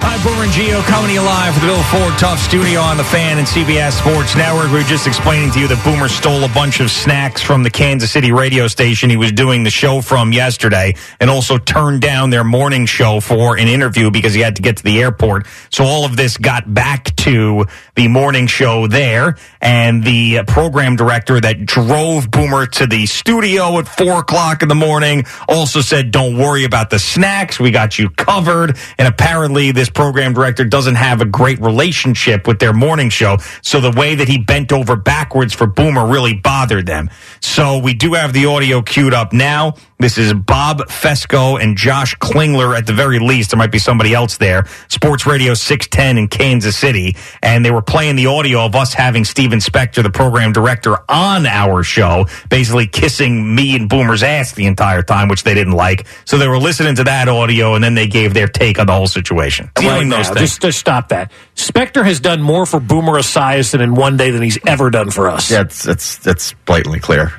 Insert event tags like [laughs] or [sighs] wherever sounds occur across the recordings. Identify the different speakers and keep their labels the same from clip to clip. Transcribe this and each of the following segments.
Speaker 1: Hi, Boomer and Geo coming to you live from the Bill Ford Tough Studio on the Fan and CBS Sports Network. We were just explaining to you that Boomer stole a bunch of snacks from the Kansas City radio station he was doing the show from yesterday and also turned down their morning show for an interview because he had to get to the airport. So all of this got back to the morning show there and the uh, program director that drove Boomer to the studio at four o'clock in the morning also said, don't worry about the snacks. We got you covered. And apparently this program director doesn't have a great relationship with their morning show. So the way that he bent over backwards for Boomer really bothered them. So we do have the audio queued up now. This is Bob Fesco and Josh Klingler at the very least. There might be somebody else there. Sports Radio 610 in Kansas City. And they were playing the audio of us having Steven Spector, the program director, on our show, basically kissing me and Boomer's ass the entire time, which they didn't like. So they were listening to that audio and then they gave their take on the whole situation. Dealing
Speaker 2: right
Speaker 1: those
Speaker 2: now.
Speaker 1: things.
Speaker 2: Just, just stop that. Spectre has done more for Boomer Esiason in one day than he's ever done for us.
Speaker 3: Yeah, it's, it's, it's blatantly clear.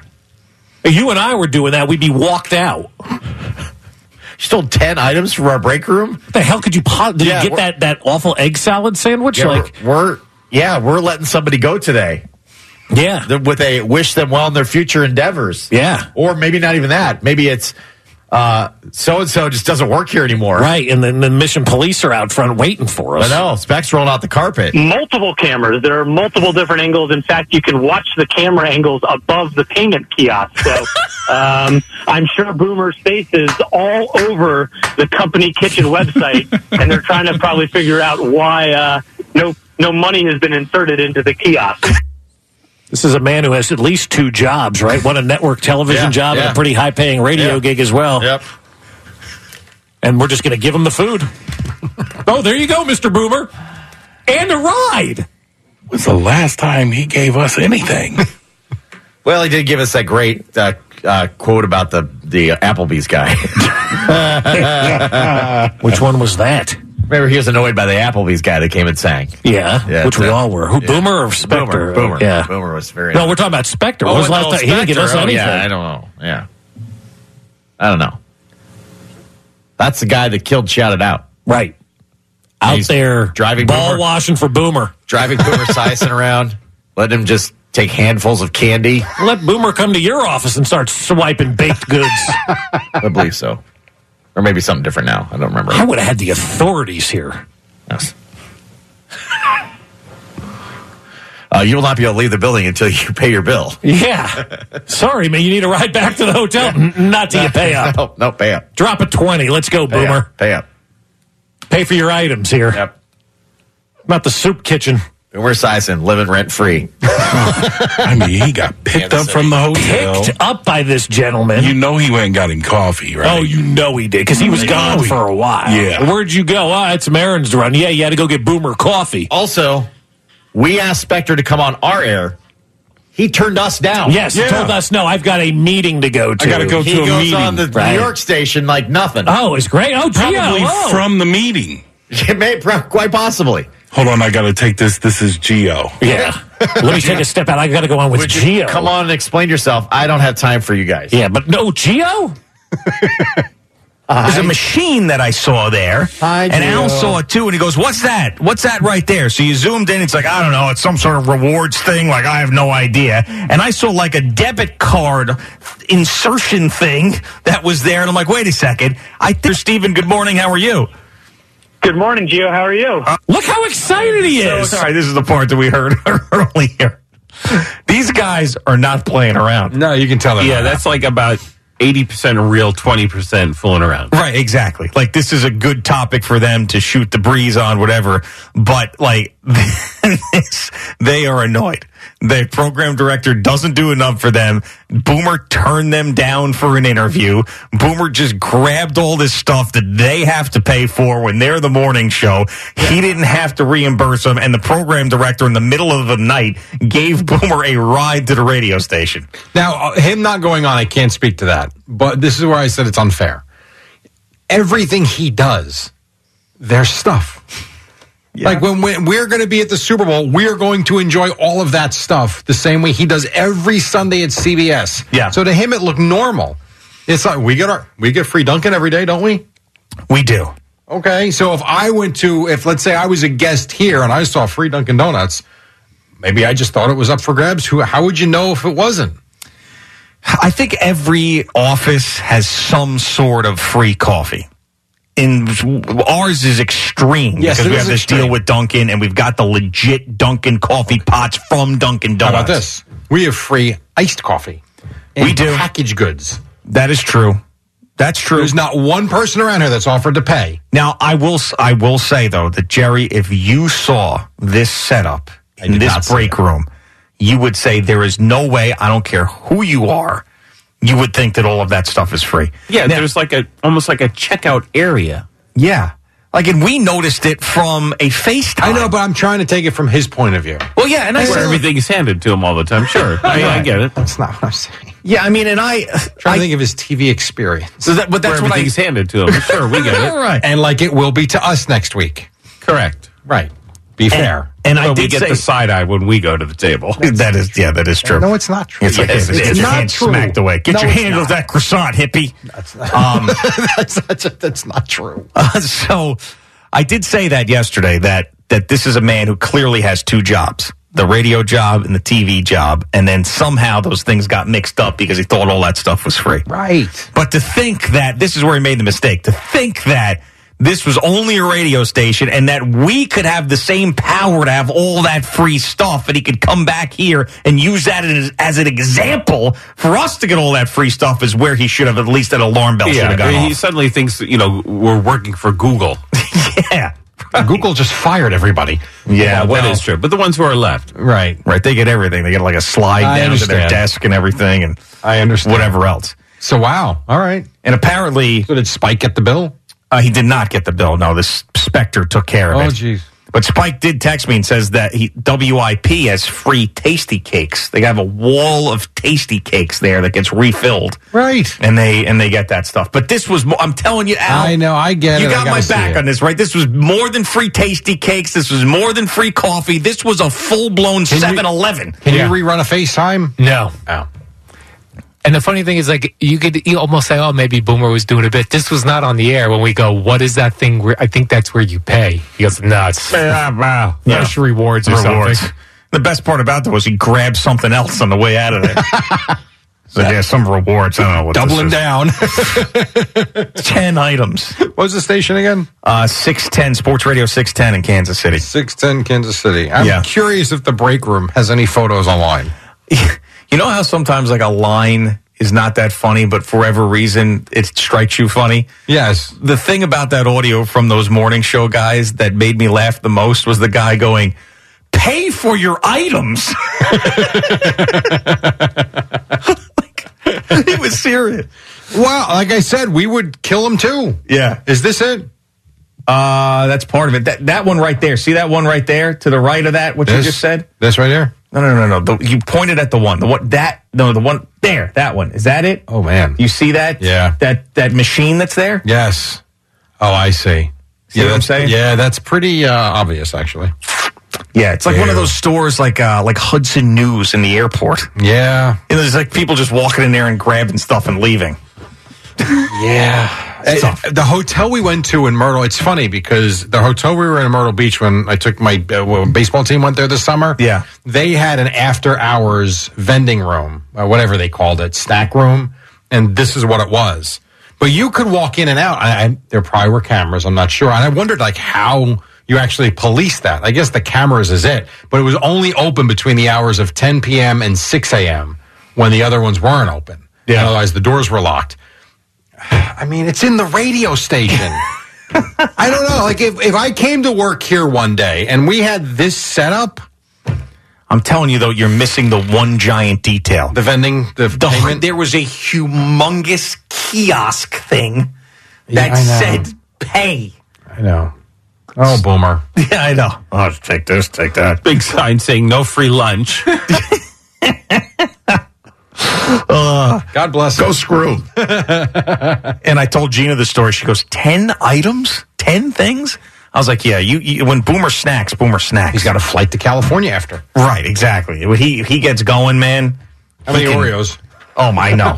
Speaker 2: You and I were doing that, we'd be walked out. What
Speaker 3: You stole 10 items from our break room?
Speaker 2: the hell could you? Po- did
Speaker 3: Yeah,
Speaker 2: you get
Speaker 3: we're-
Speaker 2: that that awful egg salad sandwich? like,
Speaker 3: we're, we're- yeah, we're letting somebody go today
Speaker 2: yeah,
Speaker 3: th- with a wish them well in their future endeavors.
Speaker 2: Yeah.
Speaker 3: Or maybe not even that. Maybe it's so and so just doesn't work here anymore.
Speaker 2: right. And then the mission police are out front waiting for us.
Speaker 3: I know. Specs rolled out the carpet.
Speaker 2: Mm.
Speaker 4: multiple cameras. There are multiple different angles. In fact, you can watch the camera angles above the payment kiosk. So um, I'm sure Boomer's face is all over the company kitchen website, and they're trying to probably figure out why uh, no no money has been inserted into the kiosk.
Speaker 2: This is a man who has at least two jobs, right? One a network television
Speaker 3: Yeah,
Speaker 2: job and
Speaker 3: yeah.
Speaker 2: a pretty high paying radio
Speaker 3: Yeah.
Speaker 2: gig as well.
Speaker 3: Yep.
Speaker 2: And we're just going to give him the food. oh, there you go, Mister Boomer, and a ride.
Speaker 5: was the last time he gave us anything.
Speaker 3: Well, he did give us that great uh, uh, quote about the, the Applebee's guy.
Speaker 2: [laughs]
Speaker 3: [laughs]
Speaker 2: Which one was that?
Speaker 3: Remember, he was annoyed by the Applebee's guy that came and sang.
Speaker 2: Yeah,
Speaker 3: Yeah,
Speaker 2: which we
Speaker 3: that-
Speaker 2: all were. Who, Boomer or Spectre?
Speaker 3: Boomer. Boomer.
Speaker 2: uh, Yeah.
Speaker 3: Boomer was very.
Speaker 2: No, we're talking about Spectre. When
Speaker 3: Oh,
Speaker 2: was the last
Speaker 3: no,
Speaker 2: time? He didn't give us
Speaker 3: Spectre. Oh,
Speaker 2: anything.
Speaker 3: Yeah, I don't know. Yeah. I don't know. That's the guy that killed Shouted Out.
Speaker 2: Right. Out
Speaker 3: He's
Speaker 2: there
Speaker 3: driving
Speaker 2: ball
Speaker 3: Boomer.
Speaker 2: washing for Boomer.
Speaker 3: Driving Boomer Sison around, letting him just take handfuls of candy.
Speaker 2: Let Boomer come to your office and start swiping baked goods.
Speaker 3: [laughs] I believe so. Or maybe something different now. I don't remember.
Speaker 2: I would have had the authorities here.
Speaker 3: Yes. [laughs] Uh, you will not be able to leave the building until you pay your bill.
Speaker 2: Yeah. Sorry, man. You need a ride back to the hotel. N- Not till you pay up.
Speaker 3: [laughs] [laughs] No, no, pay up.
Speaker 2: Drop a 20. Let's go,
Speaker 3: Pay
Speaker 2: Boomer.
Speaker 3: Up, pay up.
Speaker 2: Pay for your items here.
Speaker 3: Yep.
Speaker 2: Not the soup kitchen.
Speaker 3: Boomer Sison, living rent free.
Speaker 5: I mean,
Speaker 3: [laughs]
Speaker 5: he got picked up from the hotel.
Speaker 2: Picked up by this gentleman.
Speaker 5: You know he went and got him coffee, right?
Speaker 2: Oh, you know he did because he was
Speaker 5: You
Speaker 2: gone
Speaker 5: know he-
Speaker 2: for a while.
Speaker 5: Yeah.
Speaker 2: Where'd you go? Ah, it's Marin's run. Yeah, you had to go get Boomer coffee.
Speaker 3: Also, we asked Spectre to come on our air. He turned us down.
Speaker 2: Yes, he
Speaker 5: Yeah.
Speaker 2: told us no. I've got a meeting to go to.
Speaker 5: I gotta go
Speaker 3: He
Speaker 5: to a
Speaker 3: goes
Speaker 5: meeting.
Speaker 3: on the
Speaker 2: right.
Speaker 3: New York station like nothing.
Speaker 2: Oh, it's great. Oh, Gio,
Speaker 5: probably
Speaker 2: oh.
Speaker 5: from the meeting.
Speaker 3: It [laughs] may- quite possibly.
Speaker 5: Hold on, I got to take this. This is Geo.
Speaker 2: Yeah. [laughs] Let me take a step out. I got to go on with
Speaker 3: Would you
Speaker 2: Geo.
Speaker 3: Come on and explain yourself. I don't have time for you guys.
Speaker 2: Yeah, but no Geo.
Speaker 1: There's a machine that I saw there.
Speaker 3: Hi,
Speaker 1: and Al
Speaker 3: Gio.
Speaker 1: saw it too, and he goes, What's that? What's that right there? So you zoomed in, it's like, I don't know, it's some sort of rewards thing, like I have no idea. And I saw like a debit card insertion thing that was there, and I'm like, wait a second. I think Steven, good morning, how are you?
Speaker 4: Good morning, Gio. How are you?
Speaker 2: Look how excited he is.
Speaker 1: Sorry, this is the part that we heard [laughs] earlier. These guys are not playing around.
Speaker 5: No, you can tell that. Yeah, that's like about
Speaker 3: eighty percent real, twenty percent fooling around.
Speaker 1: Right, exactly. Like this is a good topic for them to shoot the breeze on, whatever. But like [laughs] this, they are annoyed. The program director doesn't do enough for them. Boomer turned them down for an interview. Boomer just grabbed all this stuff that they have to pay for when they're the morning show. He didn't have to reimburse them, and the program director in the middle of the night gave Boomer a ride to the radio station.
Speaker 6: Now, uh, him not going on, I can't speak to that. But this is where I said it's unfair. Everything he does, there's stuff. Like when, when we're going to be at the Super Bowl, we are going to enjoy all of that stuff the same way he does every Sunday at CBS.
Speaker 1: Yeah.
Speaker 6: So to him, it looked normal. It's like we get our we get free Dunkin' every day, don't we?
Speaker 1: We do.
Speaker 6: Okay, so if I went to, if let's say I was a guest here and I saw free Dunkin' Donuts, maybe I just thought it was up for grabs. Who? How would you know if it wasn't?
Speaker 1: I think every office has some sort of free coffee. In ours is extreme
Speaker 6: Yes,
Speaker 1: because
Speaker 6: it
Speaker 1: we
Speaker 6: is
Speaker 1: have this
Speaker 6: extreme.
Speaker 1: deal with Dunkin' and we've got the legit Dunkin' coffee pots from Dunkin'
Speaker 6: How
Speaker 1: Donuts.
Speaker 6: about this? We have free iced coffee.
Speaker 1: We do.
Speaker 6: package goods.
Speaker 1: That is true. That's true.
Speaker 6: There's not one person around here that's offered to pay.
Speaker 1: Now I will s- I will say though that Jerry, if you saw this setup in
Speaker 3: did
Speaker 1: this
Speaker 3: not see
Speaker 1: break room, you would say there is no way. I don't care who you are. You would think that all of that stuff is free.
Speaker 3: Yeah,
Speaker 1: Now-
Speaker 3: there's like a almost like a checkout area.
Speaker 1: yeah. Like, and we noticed it from a FaceTime.
Speaker 6: I know, but I'm trying to take it from his point of view.
Speaker 3: Well, yeah, and I
Speaker 6: Where
Speaker 3: where everything's handed to him all the time. Sure, I, mean, I get it.
Speaker 6: That's not what I'm saying.
Speaker 1: Yeah, I mean, and I,
Speaker 6: trying to
Speaker 1: I
Speaker 6: think of his TV experience.
Speaker 3: So that, but that's
Speaker 1: Where
Speaker 3: what
Speaker 1: everything's
Speaker 3: everything's handed [laughs] to him. Sure, we get it.
Speaker 1: right.
Speaker 6: And like it will be to us next week.
Speaker 3: Correct.
Speaker 6: Right. Be fair.
Speaker 1: And I
Speaker 3: But we
Speaker 1: did
Speaker 3: get
Speaker 1: say
Speaker 3: the side eye when we like, get the table.
Speaker 1: that is yeah, that is true.
Speaker 6: no, it's not true.
Speaker 1: It's like
Speaker 3: Yes,
Speaker 1: hey,
Speaker 3: it
Speaker 1: get
Speaker 3: is.
Speaker 1: your
Speaker 3: Not
Speaker 1: hand
Speaker 6: true.
Speaker 1: smacked away. Get
Speaker 6: No,
Speaker 1: your
Speaker 6: it's
Speaker 1: hand off
Speaker 6: not.
Speaker 1: that croissant, hippie.
Speaker 6: [laughs]
Speaker 1: Um,
Speaker 6: that's, not, that's not true.
Speaker 1: Uh, [laughs] so I did say that yesterday that that this is a man who clearly has two jobs the radio job and the TV job and then somehow those things got mixed up because he thought all that stuff was free
Speaker 6: Right.
Speaker 1: but to think that this is where he made the mistake to think that this was only a radio station and that we could have the same power to have all that free stuff and he could come back here and use that as, as an example for us to get all that free stuff is where he should have at least an alarm bell should have gone
Speaker 3: Yeah, he
Speaker 1: off.
Speaker 3: suddenly thinks that, you know we're working for Google.
Speaker 1: [laughs] yeah
Speaker 6: Google just fired everybody.
Speaker 1: yeah
Speaker 3: Well, that
Speaker 1: well-
Speaker 3: is true. But the ones who are left,
Speaker 6: Right.
Speaker 1: Right, they get everything. They get like a slide
Speaker 6: I
Speaker 1: down to their
Speaker 6: understand.
Speaker 1: desk and everything, and
Speaker 6: I understand.
Speaker 1: whatever else.
Speaker 6: So wow. All right.
Speaker 1: And apparently,
Speaker 6: So did Spike get the bill?
Speaker 1: uh, he did not get the bill. No, this Spectre took care of
Speaker 6: Oh,
Speaker 1: it.
Speaker 6: jeez.
Speaker 1: But Spike did text me and says that he WIP has free tasty cakes. They have a wall of tasty cakes there that gets refilled,
Speaker 6: Right.
Speaker 1: and they and they get that stuff. But this was, mo- I'm telling you, Al,
Speaker 6: I know. I get
Speaker 1: you
Speaker 6: it. I
Speaker 1: got
Speaker 6: gotta
Speaker 1: my
Speaker 6: see
Speaker 1: back
Speaker 6: it.
Speaker 1: on this, right? This was more than free tasty cakes. This was more than free coffee. This was a full blown
Speaker 6: you-
Speaker 1: 7 Eleven.
Speaker 6: Can you rerun a FaceTime?
Speaker 7: No.
Speaker 6: Oh.
Speaker 7: And the funny thing is, like, you could you almost say, oh, maybe Boomer was doing a bit. This was not on the air when we go, what is that thing where I think that's where you pay? He goes, no, it's fresh rewards or
Speaker 1: rewards.
Speaker 7: something.
Speaker 1: The best part about that was he grabbed something else on the way out of
Speaker 6: [laughs]
Speaker 1: there. so yeah, some rewards. I don't know what
Speaker 6: Doubling
Speaker 1: this is.
Speaker 6: down.
Speaker 1: [laughs]
Speaker 6: [laughs]
Speaker 1: Ten items.
Speaker 6: what was the station again?
Speaker 1: Uh, six ten Sports Radio six ten in Kansas City.
Speaker 6: 610 Kansas City. I'm
Speaker 1: Yeah.
Speaker 6: curious if the break room has any photos online.
Speaker 1: You know how sometimes like a line is not that funny, but for whatever reason it strikes you funny.
Speaker 6: Yes.
Speaker 1: The thing about that audio from those morning show guys that made me laugh the most was the guy going, "Pay for your items." [laughs] like, he was serious.
Speaker 6: Wow. Like I said, we would kill him too.
Speaker 1: Yeah.
Speaker 6: Is this it?
Speaker 1: Uh, that's part of it. That that one right there. See that one right there to the right of that. What you
Speaker 6: This-
Speaker 1: just said?
Speaker 6: This right here?
Speaker 1: No, no, no, no. The, you pointed at the one. The one that no, the one there. That one is that it?
Speaker 6: Oh, man.
Speaker 1: You see that?
Speaker 6: Yeah.
Speaker 1: That that machine that's there.
Speaker 6: Yes. Oh, I see.
Speaker 1: See
Speaker 6: yeah,
Speaker 1: what I'm
Speaker 6: that's-
Speaker 1: saying?
Speaker 6: Yeah, that's pretty uh, obvious, actually.
Speaker 1: Yeah, it's like one of
Speaker 6: Ew.
Speaker 1: those stores like uh like Hudson News in the airport.
Speaker 6: Yeah.
Speaker 1: And there's like people just walking in there and grabbing stuff and leaving.
Speaker 6: Yeah.
Speaker 1: tough.
Speaker 6: Uh, the hotel we went to in Myrtle, it's funny because the hotel we were in in Myrtle Beach when I took my uh, well, baseball team went there this summer.
Speaker 1: Yeah.
Speaker 6: They had an after hours vending room, uh, whatever they called it, snack room. And this is what it was. But you could walk in and out. I, I, there probably were cameras. I'm not sure. And I wondered like how you actually police that. I guess the cameras is it, but it was only open between the hours of 10 p.m. and 6 a.m. when the other ones weren't open. Yeah. Otherwise, the doors were locked. [sighs] I mean, it's in the radio station. I don't know. Like, if, if I came to work here one day and we had this setup,
Speaker 1: I'm telling you though, you're missing the one giant detail.
Speaker 6: the vending, the,
Speaker 8: The-
Speaker 6: payment-
Speaker 8: there was a humongous kiosk thing that
Speaker 6: Yeah, I know.
Speaker 8: said pay.
Speaker 6: I know. Oh, boomer.
Speaker 1: [laughs] Yeah, I know. Oh, take this, take that.
Speaker 3: Big sign saying no free
Speaker 6: [laughs]
Speaker 3: lunch. Uh,
Speaker 6: God bless
Speaker 2: Go
Speaker 6: him.
Speaker 2: screw.
Speaker 1: [laughs] And I told Gina the story. She goes, 10 items? 10 things? I was like, yeah, you, you when Boomer snacks, Boomer snacks.
Speaker 6: He's got a flight to California after.
Speaker 1: Right, exactly. When he he gets going, man.
Speaker 6: How many
Speaker 1: he can-
Speaker 6: Oreos?
Speaker 1: Oh my, no.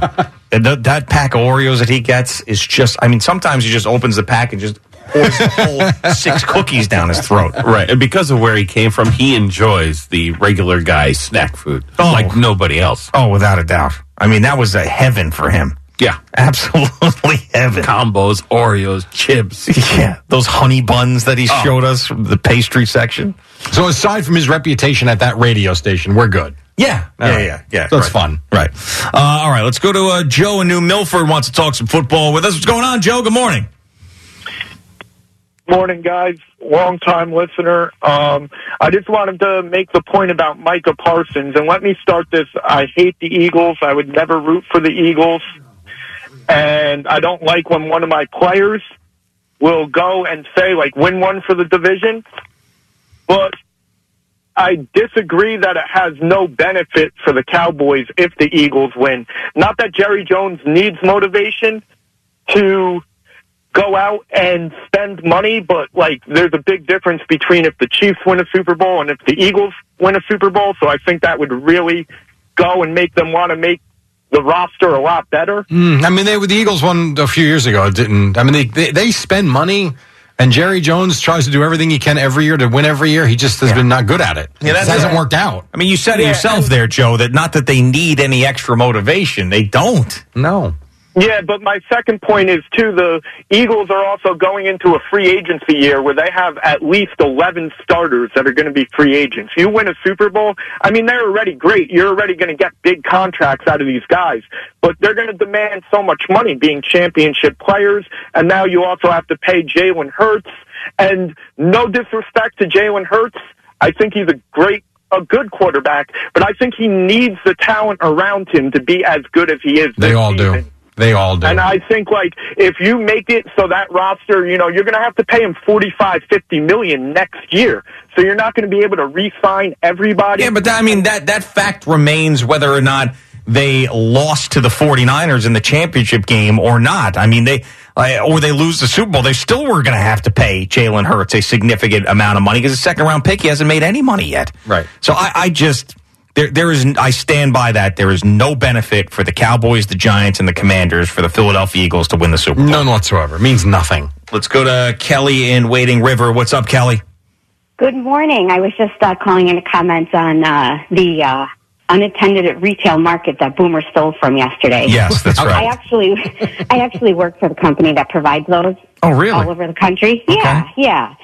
Speaker 1: that, that pack of Oreos that he gets is just. I mean, sometimes he just opens the pack and just pours the [laughs] whole six cookies down his throat.
Speaker 3: right. And because of where he came from, he enjoys the regular guy snack food
Speaker 1: Oh.
Speaker 3: like nobody else.
Speaker 1: Oh, without a doubt. I mean, that was a heaven for him.
Speaker 3: Yeah.
Speaker 1: Absolutely [laughs] heaven.
Speaker 3: Combos, Oreos, chips.
Speaker 1: Yeah, those honey buns that he showed us from the pastry section.
Speaker 6: So, aside from his reputation at that radio station, we're good.
Speaker 1: Yeah, yeah,
Speaker 6: right.
Speaker 1: yeah, yeah.
Speaker 6: So it's
Speaker 1: right.
Speaker 6: fun.
Speaker 1: right? Uh, all right, let's go to uh, Joe in New Milford. Wants to talk some football with us. What's going on, Joe? Good morning.
Speaker 9: Morning, guys. Long time listener. Um, I just wanted to make the point about Micah Parsons, and let me start this. I hate the Eagles. I would never root for the Eagles, and I don't like when one of my players will go and say like win one for the division. But I disagree that it has no benefit for the Cowboys if the Eagles win. Not that Jerry Jones needs motivation to go out and spend money, but like there's a big difference between if the Chiefs win a Super Bowl and if the Eagles win a Super Bowl. So I think that would really go and make them want to make the roster a lot better.
Speaker 6: Mm, I mean, they the Eagles won a few years ago. It Didn't I mean they, they they spend money, and Jerry Jones tries to do everything he can every year to win every year. He just has been not good at it.
Speaker 1: Yeah,
Speaker 6: it
Speaker 1: that's
Speaker 6: hasn't
Speaker 1: right.
Speaker 6: worked out.
Speaker 1: I mean, you said it yourself there, Joe, that not that they need any extra motivation. They don't.
Speaker 6: No,
Speaker 9: Yeah, but my second point is too the Eagles are also going into a free agency year where they have at least 11 starters that are going to be free agents. You win a Super Bowl, I mean they're already great. You're already going to get big contracts out of these guys, but they're going to demand so much money being championship players and now you also have to pay Jalen Hurts and no disrespect to Jalen Hurts, I think he's a great a good quarterback, but I think he needs the talent around him to be as good as he is.
Speaker 6: they
Speaker 9: this
Speaker 6: all do.
Speaker 9: season.
Speaker 6: They all do.
Speaker 9: And I think like if you make it so that roster, you know, you're going to have to pay him 45, 50 million next year. So you're not going to be able to re-sign everybody.
Speaker 1: Yeah, but that, I mean, that, that fact remains whether or not they lost to the 49ers in the championship game or not. I mean, they, uh, or they lose the Super Bowl, they still were going to have to pay Jalen Hurts a significant amount of money because the second round pick, he hasn't made any money yet.
Speaker 6: Right.
Speaker 1: So I, I just, there, there is, I stand by that. There is no benefit for the Cowboys, the Giants, and the Commanders for the Philadelphia Eagles to win the Super Bowl.
Speaker 6: None whatsoever. It means nothing.
Speaker 1: Let's go to Kelly in Wading River. What's up, Kelly?
Speaker 10: Good morning. I was just uh, calling in to comment on uh, the uh, unattended retail market that Boomer stole from yesterday.
Speaker 1: Yes, that's
Speaker 10: I
Speaker 1: right.
Speaker 10: actually, I actually work for the company that provides those
Speaker 1: Oh,
Speaker 10: all over the country. Yeah, yeah.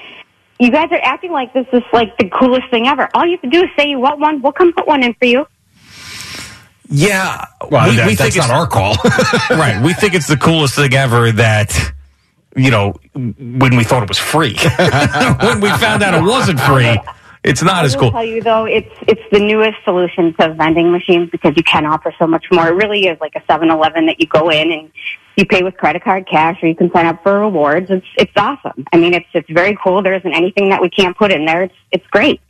Speaker 10: You guys are acting like this is like the coolest thing ever. All you have to do is say you want one. We'll come put one in for you.
Speaker 1: Yeah.
Speaker 6: Well, that-
Speaker 1: it's-
Speaker 6: that's not
Speaker 1: [laughs]
Speaker 6: our call.
Speaker 1: right. We think it's the coolest thing ever that, you know, when we thought it was free. [laughs] when we found out it wasn't free, it's not as
Speaker 10: I will
Speaker 1: cool.
Speaker 10: tell you though, it's it's the newest solution to vending machines because you can offer so much more. It really is like a Seven Eleven that you go in and you pay with credit card, cash, or you can sign up for rewards. It's it's awesome. I mean, it's it's very cool. There isn't anything that we can't put in there. It's it's great.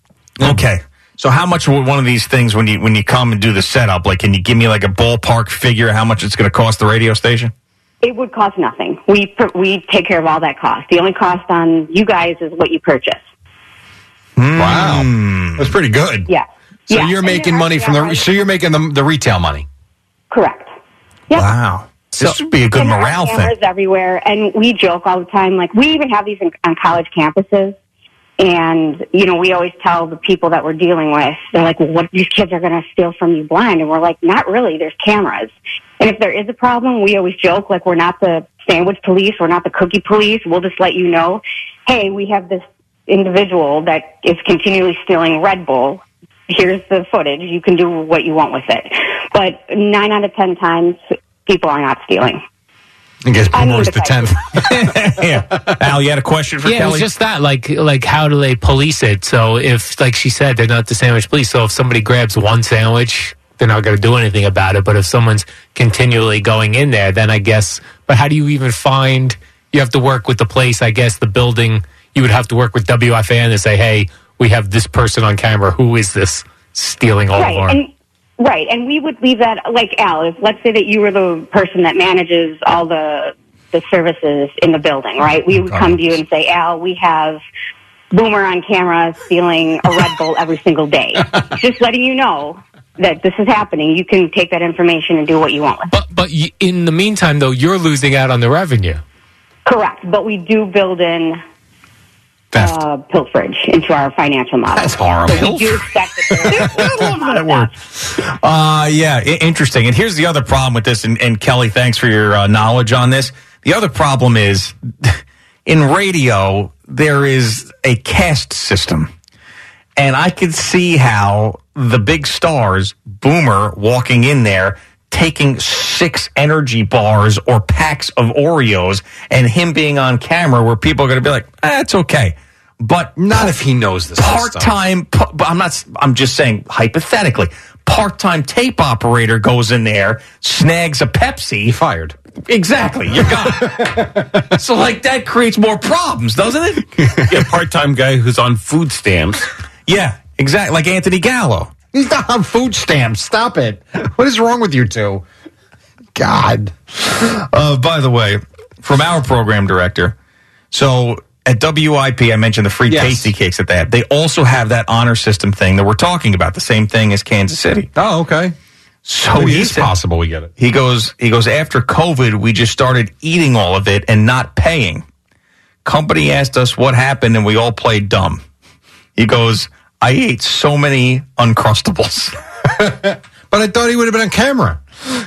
Speaker 1: Okay. So how much would one of these things when you when you come and do the setup? Like, can you give me like a ballpark figure how much it's going to cost the radio station?
Speaker 10: It would cost nothing. We pr- we take care of all that cost. The only cost on you guys is what you purchase.
Speaker 6: Wow, that's pretty good.
Speaker 10: Yeah.
Speaker 6: So
Speaker 10: Yeah.
Speaker 6: you're
Speaker 10: And there
Speaker 6: making
Speaker 10: are-
Speaker 6: money from
Speaker 10: yeah,
Speaker 6: the.
Speaker 10: I-
Speaker 6: So you're making the, the retail money.
Speaker 10: correct. Yeah.
Speaker 1: Wow. this would be a good
Speaker 10: And there are
Speaker 1: morale thing.
Speaker 10: cameras
Speaker 6: uh,
Speaker 10: everywhere, and we joke all the time. Like we even have these in, on college campuses, and you know we always tell the people that we're dealing with. They're like, "Well, what these kids are going to steal from you blind?" And we're like, "Not really. There's cameras, and if there is a problem, we always joke like we're not the sandwich police, we're not the cookie police. We'll just let you know, hey, we have this individual that is continually stealing Red Bull." Here's the footage. You can do what you want with it. But nine out of ten times,
Speaker 6: people are not stealing.
Speaker 3: I guess
Speaker 6: I mean,
Speaker 3: Boomer was the tenth.
Speaker 1: yeah. Al, you had a question for
Speaker 9: yeah, it
Speaker 1: Kelly?
Speaker 9: was just that. Like, like how do they police it? So if, like she said, they're not the sandwich police. So if somebody grabs one sandwich, they're not going to do anything about it. But if someone's continually going in there, then I guess. But how do you even find? You have to work with the place. I guess the building. You would have to work with WFAN to say, "Hey, we have this person on camera. Who is this stealing all
Speaker 6: right,
Speaker 9: of our?"
Speaker 6: and right, and we would leave that like Al. If let's say that you were the person that manages all the the services in the building, right?
Speaker 9: Oh,
Speaker 6: We would
Speaker 11: God.
Speaker 6: come to you and say, Al, we have Boomer on camera stealing a Red Bull every
Speaker 9: [laughs]
Speaker 6: single day. Just letting you know that this is happening. You can take that information and do what you want with. it.
Speaker 9: but y- in the meantime, though, you're losing out on the revenue.
Speaker 6: Correct, but we do build in. Uh, pilferage into our financial model. That's
Speaker 1: horrible.
Speaker 6: So we do expect that
Speaker 9: [laughs]
Speaker 6: there is
Speaker 1: that word. Uh, yeah, i- interesting. And here's the other problem with this. And, and Kelly, thanks for your uh, knowledge on this. The other problem is [laughs] in radio, there is a cast system. And I could see how the big stars, Boomer, walking in there, taking six energy bars or packs of Oreos, and him being on camera where people are going to be like, eh, it's okay. But
Speaker 3: not if he knows this
Speaker 1: part time. But I'm not. I'm just saying hypothetically. Part time tape operator goes in there, snags a Pepsi. You
Speaker 3: fired.
Speaker 1: Exactly. You're [laughs] gone. so like that creates more problems, doesn't [laughs] it?
Speaker 5: yeah, part time guy who's on food stamps.
Speaker 1: Yeah, exactly. Like Anthony Gallo.
Speaker 3: He's not on food stamps. Stop it. What is wrong with you two? God.
Speaker 1: Uh, by the way, from our program director, so at WIP, I mentioned the free tasty cakes that they have. They also have that honor system thing that we're talking about, the same thing as Kansas City.
Speaker 3: Oh, okay.
Speaker 1: So
Speaker 3: It
Speaker 1: he
Speaker 3: is
Speaker 1: said-
Speaker 3: possible we get it.
Speaker 1: He goes, he goes, after COVID, we just started eating all of it and not paying. Company asked us what happened and we all played dumb. He goes, I ate so many Uncrustables. [laughs]
Speaker 3: but I thought he would have been on camera.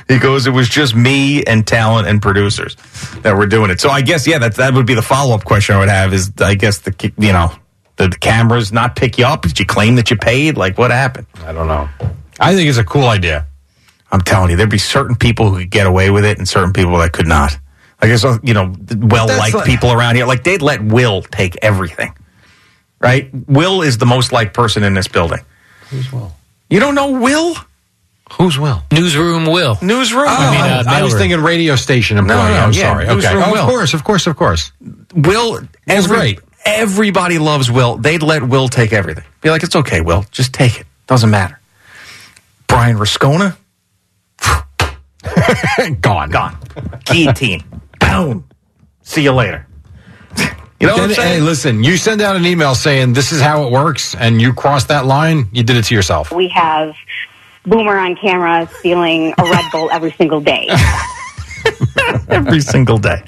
Speaker 1: He goes, it was just me and talent and producers that were doing it. So I guess, yeah, that, that would be the follow up question I would have is I guess the, ca- you know, the, the cameras not pick you up. Did you claim that you paid? Like what happened?
Speaker 3: I don't know. I think it's a cool idea.
Speaker 1: I'm telling you, there'd be certain people who could get away with it and certain people that could not. I guess, uh, you know, well liked
Speaker 3: like-
Speaker 1: people around here, like they'd let Will take everything, right? Will is the most liked person in this building.
Speaker 3: Who's Will?
Speaker 1: You don't know Will?
Speaker 3: Who's Will?
Speaker 9: Newsroom Will. uh,
Speaker 1: Newsroom.
Speaker 3: Oh, I, was thinking radio station employee.
Speaker 1: No, no,
Speaker 3: I'm
Speaker 1: yeah,
Speaker 3: sorry.
Speaker 1: who's
Speaker 3: Okay.
Speaker 1: from
Speaker 3: Oh,
Speaker 1: Will?
Speaker 3: of course, of course, of course.
Speaker 1: Will, every,
Speaker 3: right.
Speaker 1: everybody loves Will. They'd let Will take everything. Be like, it's okay, Will. Just take it. Doesn't matter. Brian Rascona?
Speaker 3: gone.
Speaker 1: [laughs] Gone. Guillotine. [laughs] Boom. See you later. You know what
Speaker 3: Then-
Speaker 1: I'm saying?
Speaker 3: Hey, listen, you send out an email saying this is how it works and you cross that line, you did it to yourself.
Speaker 6: We have Boomer on camera stealing a Red Bull every single day.
Speaker 1: every single day.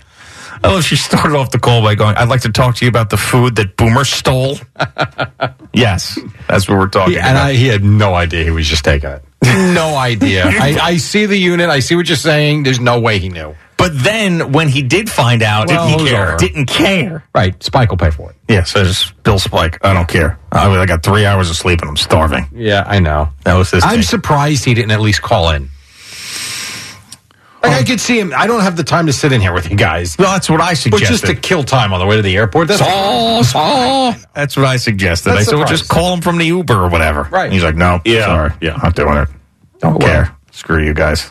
Speaker 1: I love she started off the call by going, I'd like to talk to you about the food that Boomer [laughs] stole. yes, that's what we're talking
Speaker 3: He- and I, he had no idea he was just taking it. [laughs] No idea. I, I see the unit. I see what you're saying. There's no way he knew.
Speaker 1: But then when he did find out,
Speaker 3: Well, it
Speaker 1: didn't
Speaker 3: was
Speaker 1: care.
Speaker 3: over.
Speaker 1: Didn't care.
Speaker 3: Right. Spike will pay for it.
Speaker 1: Yeah, so just Bill Spike. I don't care. I, I got three hours of sleep and I'm starving.
Speaker 3: Yeah, I know.
Speaker 1: That was his
Speaker 3: I'm
Speaker 1: thing.
Speaker 3: surprised he didn't at least call in. Like, I could see him. I don't have the time to sit in here with you guys.
Speaker 1: No, that's what I
Speaker 3: But just to
Speaker 1: suggested.
Speaker 3: kill time on the way to the airport. That's all. all.
Speaker 1: That's what I suggested.
Speaker 3: That's
Speaker 1: I said, well,
Speaker 3: surprising.
Speaker 1: just call him from the Uber or whatever.
Speaker 3: Right.
Speaker 1: And he's like, no,
Speaker 5: Yeah.
Speaker 1: sorry. Yeah, not doing it. Don't care. Screw you guys.